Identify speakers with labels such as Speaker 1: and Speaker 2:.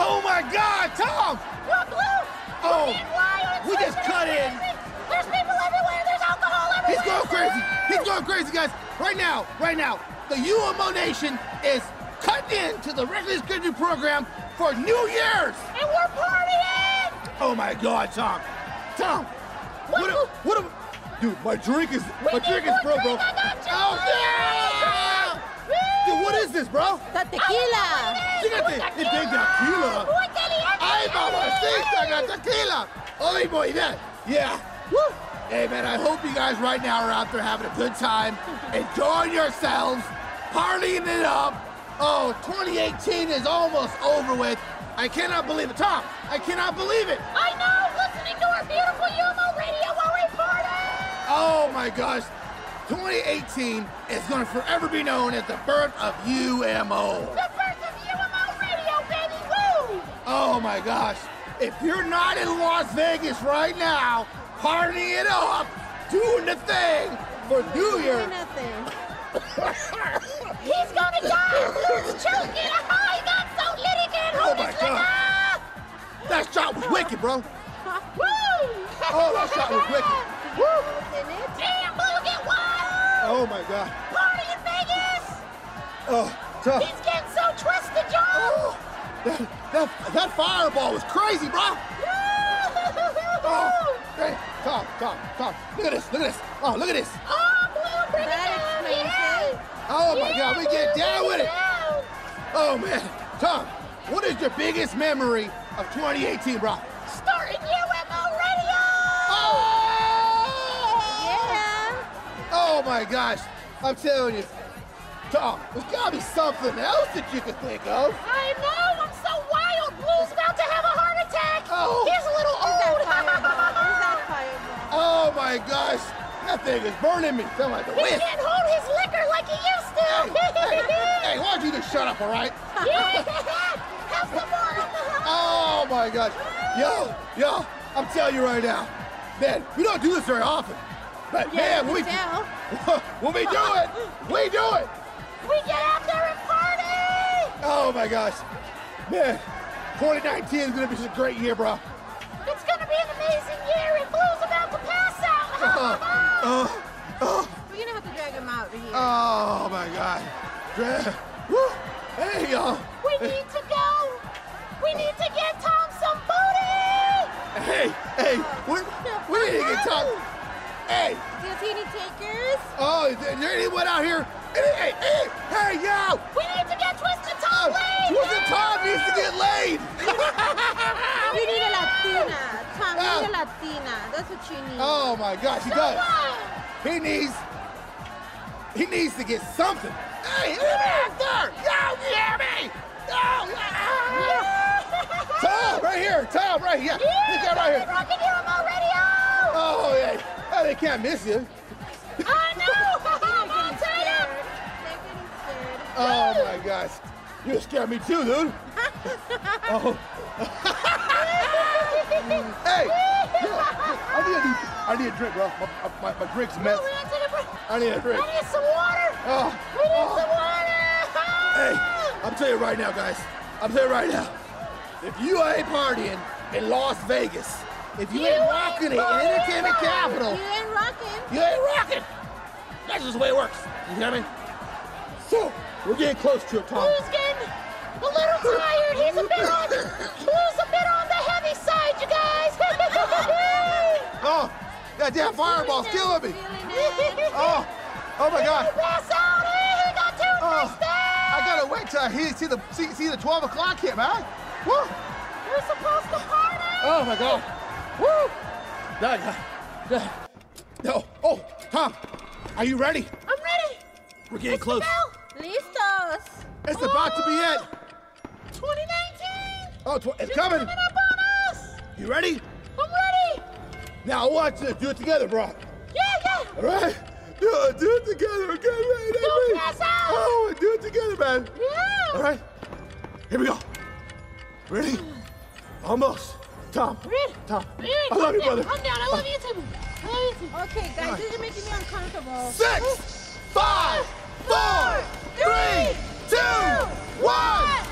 Speaker 1: Oh God, Tom!
Speaker 2: You're blue!
Speaker 1: Oh,
Speaker 2: You mean why? It's
Speaker 1: we
Speaker 2: so
Speaker 1: just cut
Speaker 2: crazy.
Speaker 1: in.
Speaker 2: There's people everywhere! There's alcohol everywhere!
Speaker 1: He's going crazy. He's going crazy, guys. Right now, right now, the UMO Nation is cut in to the regular scheduled program for New Year's.
Speaker 2: And we're partying!
Speaker 1: Oh my God, Tom. Tom, what? A, what? A, dude, my drink is
Speaker 2: We
Speaker 1: my
Speaker 2: need
Speaker 1: drink is
Speaker 2: more
Speaker 1: broke, bro.
Speaker 2: drink, I got you.
Speaker 1: Oh yeah! Dude, what is this, bro?
Speaker 3: The tequila.
Speaker 1: You got the, it, they got tequila. Ay, mamacita, got tequila. Oy, boy, that. Yeah. Woo. Hey, man, I hope you guys right now are out there having a good time, enjoying yourselves, partying it up. Oh, 2018 is almost over with. I cannot believe it. Tom, I cannot believe it.
Speaker 2: I know! Listening to our beautiful Yomo radio while we party!
Speaker 1: Oh, my gosh. 2018 is going to forever be known as the birth of UMO.
Speaker 2: The birth of Yomo radio, baby! Woo!
Speaker 1: Oh my gosh. If you're not in Las Vegas right now, partying it up, doing the thing for New Year's.
Speaker 3: Nothing.
Speaker 2: He's gonna die! Luke's choking! Ah, he got so lit he can't hold
Speaker 1: Oh,
Speaker 2: his
Speaker 1: my God.
Speaker 2: liquor!
Speaker 1: That shot was wicked, bro.
Speaker 2: Woo!
Speaker 1: Oh, that shot was wicked.
Speaker 2: Damn, Luke, get wild!
Speaker 1: Oh my god.
Speaker 2: Party in Vegas!
Speaker 1: Oh, tough.
Speaker 2: He's getting so twisted, y'all!
Speaker 1: That, that, that fireball was crazy, bro. Oh, hey, Tom, Tom, Tom. Look at this, look at this. Oh, look at this.
Speaker 2: Oh, Blue, bring it
Speaker 3: That
Speaker 2: down!
Speaker 3: explains
Speaker 2: Yeah.
Speaker 3: it.
Speaker 1: Oh my
Speaker 2: Yeah,
Speaker 1: god, we get
Speaker 2: Blue,
Speaker 1: down
Speaker 2: bring
Speaker 1: with it.
Speaker 2: down.
Speaker 1: Oh man, Tom, what is your biggest memory of 2018, bro?
Speaker 2: Starting UMO radio!
Speaker 1: Oh!
Speaker 3: Yeah.
Speaker 1: Oh my gosh, I'm telling you, Tom, there's gotta be something else that you can think of.
Speaker 2: I know, I'm so wild! Blue's about to have a heart attack!
Speaker 1: Oh.
Speaker 2: He's a little
Speaker 3: Is that
Speaker 2: old!
Speaker 3: fireball? Is that fireball?
Speaker 1: Oh my gosh, that thing is burning me. Sound like the
Speaker 2: He
Speaker 1: wind.
Speaker 2: can't hold his liquor like he used to!
Speaker 1: Hey, hey, why don't you just shut up, all right?
Speaker 2: yeah. How's the water?
Speaker 1: Oh my gosh, yo, yo, I'm telling you right now, man, we don't do this very often, but
Speaker 3: Yeah,
Speaker 1: man,
Speaker 3: you
Speaker 1: when we
Speaker 3: can tell.
Speaker 1: when we do it, we do it.
Speaker 2: We get out there and party!
Speaker 1: Oh my gosh, man, 2019 is gonna be such a great year, bro.
Speaker 2: It's gonna be an amazing year and Blue's about to pass out!
Speaker 1: Oh, oh.
Speaker 3: We're gonna have to drag him out of here.
Speaker 1: Oh my God. Dra- Woo. Hey y'all.
Speaker 2: We need to go! We need to get Tom some booty!
Speaker 1: Hey, hey, we, we need to get top. Hey,
Speaker 3: Does he need takers?
Speaker 1: oh, is there anyone out here? Hey, hey, hey, hey, yo!
Speaker 2: We need to get Twisted Tom
Speaker 1: Oh,
Speaker 2: laid!
Speaker 1: Twisted Tom needs to get laid!
Speaker 3: You need a Latina. Tom, you need a Latina. That's what you need.
Speaker 1: oh my gosh, he
Speaker 2: Come
Speaker 1: does.
Speaker 2: on!
Speaker 1: He needs, he needs to get something. Hey, let me out there! Yo, you hear me? Yo, yeah. Tom, right here, Tom, right here. This guy right here.
Speaker 2: Rockin' UMO radio!
Speaker 1: Oh, yeah. Oh, they can't miss you. Uh,
Speaker 2: I know!
Speaker 3: They're
Speaker 2: I'm all
Speaker 3: getting
Speaker 2: tied up!
Speaker 3: scared.
Speaker 1: Oh
Speaker 3: They're getting scared.
Speaker 1: my gosh. You scared me too, dude. oh. hey! yeah, I, need a, I need a drink, bro. My, my, my drink's
Speaker 2: Oh,
Speaker 1: messed.
Speaker 2: we gotta take a break.
Speaker 1: I need a drink.
Speaker 2: I need some water!
Speaker 1: Oh.
Speaker 2: We need
Speaker 1: oh.
Speaker 2: some water!
Speaker 1: Hey, I'm telling you right now, guys. I'm telling you right now. If you ain't partying in Las Vegas, if you,
Speaker 2: You
Speaker 1: ain't
Speaker 2: ain't
Speaker 1: rocking it in
Speaker 2: partying.
Speaker 1: entertainment capital,
Speaker 3: You ain't rocking.
Speaker 1: You ain't rocking. That's just the way it works. You hear me? So, we're getting close to it, Tom.
Speaker 2: Blue's getting a little tired. He's a bit on. Blue's a bit on the heavy side, you guys.
Speaker 1: Oh, that damn fireball's killing me.
Speaker 3: Feeling it.
Speaker 1: Oh, oh my God.
Speaker 2: Pass out. eh? He got two
Speaker 1: Oh,
Speaker 2: first down.
Speaker 1: I gotta wait till I hear, see the see, see the 12 o'clock hit, man. Woo.
Speaker 2: We're supposed to party.
Speaker 1: Oh my God. Woo. That guy. That. No. Oh, Tom, are you ready?
Speaker 2: I'm ready.
Speaker 1: We're getting close.
Speaker 2: Now,
Speaker 3: Listos.
Speaker 1: It's about to be it.
Speaker 2: 2019.
Speaker 1: Oh, tw- it's
Speaker 2: It's
Speaker 1: coming.
Speaker 2: coming up on us.
Speaker 1: You ready?
Speaker 2: I'm ready.
Speaker 1: Now I want you to do it together, bro.
Speaker 2: Yeah, yeah.
Speaker 1: All right? Do it, do it together, okay, man?
Speaker 2: Don't
Speaker 1: Hey,
Speaker 2: pass
Speaker 1: man.
Speaker 2: out.
Speaker 1: Oh, do it together, man.
Speaker 2: Yeah.
Speaker 1: All right? Here we go. Ready? Almost. Tom.
Speaker 2: Ready.
Speaker 1: Tom.
Speaker 2: Ready.
Speaker 1: I love you,
Speaker 2: Calm down,
Speaker 1: brother.
Speaker 2: Calm down. I love you too. I love you too.
Speaker 3: Okay, guys, this is making me uncomfortable.
Speaker 1: Six, five, four, three, two, one.